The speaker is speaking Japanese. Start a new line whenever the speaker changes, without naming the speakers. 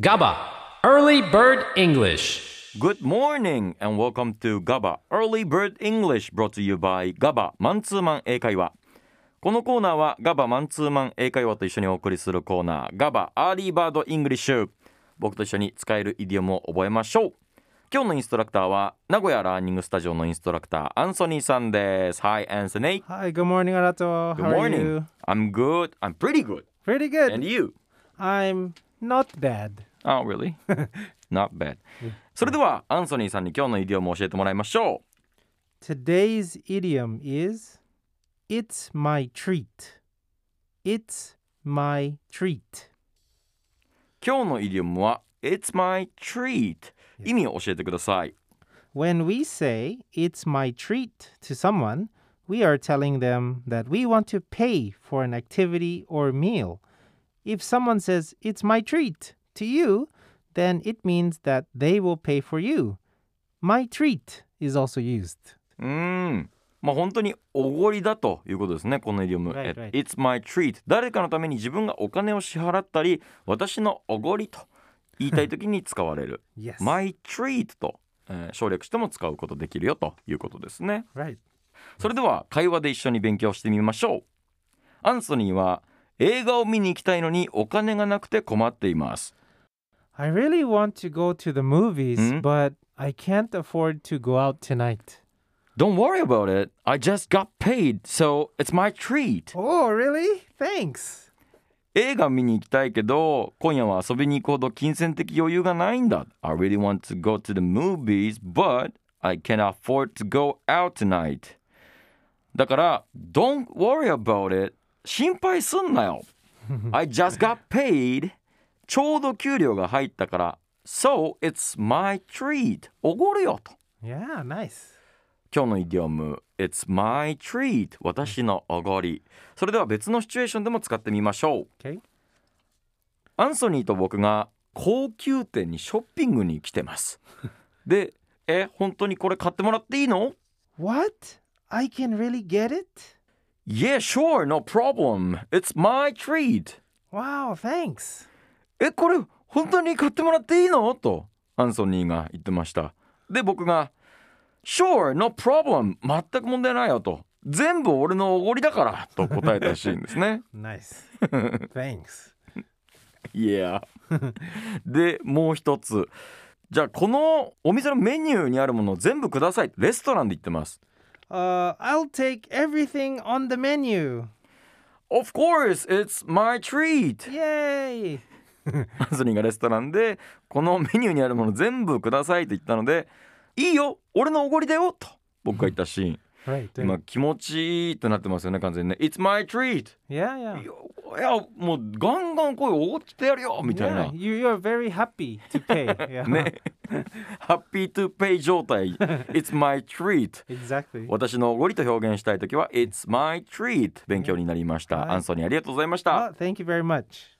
GABA, Early Bird English.
Good morning and welcome to GABA Early Bird English brought to you by GABA マンツーマン英会話このコーナーは GABA マンツーマン英会話と一緒にお送りするコーナー GABA アーリーバードイングリッシュ僕と一緒に使えるイディオムを覚えましょう今日のインストラクターは名古屋ラーニングスタジオのインストラクターアンソニーさんです Hi Anthony
Hi, good morning, Arato.
Good
How are
morning
you?
I'm good I'm pretty good
Pretty good.
and you
I'm not bad.
Oh really Not bad それではアンソニーさんに今日のイディオムを教えてもらいましょう
Today's idiom is It's my treat. It's my treat.
今日のイディオムは It's my treat 意味を教えてください
When we say It's my treat to someone, we are telling them that we want to pay for an activity or meal. If someone says It's my treat to you, then it means that they will pay for you. My treat is also used.
うーんまあ本当におごりだということですねこのイディオム
Right, right.
It's my treat 誰かのために自分がお金を支払ったり私のおごりと言いたい時に使われる
Yes.
My treat と、えー省略しても使うことできるよということですね
Right.
それでは会話で一緒に勉強してみましょうアンソニーは映画を見に行きたいのにお金がなくて困っています
I really want to go to the movies,
Hmm?
but I can't afford to go out tonight.
Don't worry about it. I just got paid, so it's my treat.
Oh, really? Thanks.
映画見に行きたいけど、今夜は遊びに行くほど金銭的余裕がないんだ。I really want to go to the movies, but I can't afford to go out tonight. だから、Don't worry about it. 心配すんなよ。I just got paid. ちょうど給料が入ったから。So it's my treat. おごるよと。
Yeah, nice.
今日のイディオム It's my treat 私のおごりそれでは別のシチュエーションでも使ってみましょう
Okay.
アンソニーと僕が高級店にショッピングに来てますでえ本当にこれ買ってもらっていいの
What? I can really get it?
Yeah sure no problem It's my treat
Wow, thanks.
えこれ本当に買ってもらっていいのとアンソニーが言ってましたで僕が「Sure no problem 全く問題ないよ」と「全部俺のおごりだから」と答えたシーンですね
Nice. thanks.
Yeah. でもう一つじゃあこのお店のメニューにあるものを全部くださいレストランで言ってます
Uh, I'll take everything on the menu.
Of course it's my treat
Yay!
アンソニーがレストランでこのメニューにあるもの全部くださいと言ったのでいいよ俺のおごりだよと僕が言ったシーン
Right.
今気持ちいいってなってますよね完全にね It's my treat
Yeah, yeah.
いやいやもうガンガン声おごってやるよみたい
yeah
な
you, you're very happy to pay. Yeah.
ね ハッピートゥペイ状態 It's my treat
Exactly.
私のおごりと表現したいときは It's my treat 勉強になりました、
はい
アンソニーありがとうございました、
Oh, thank you very much.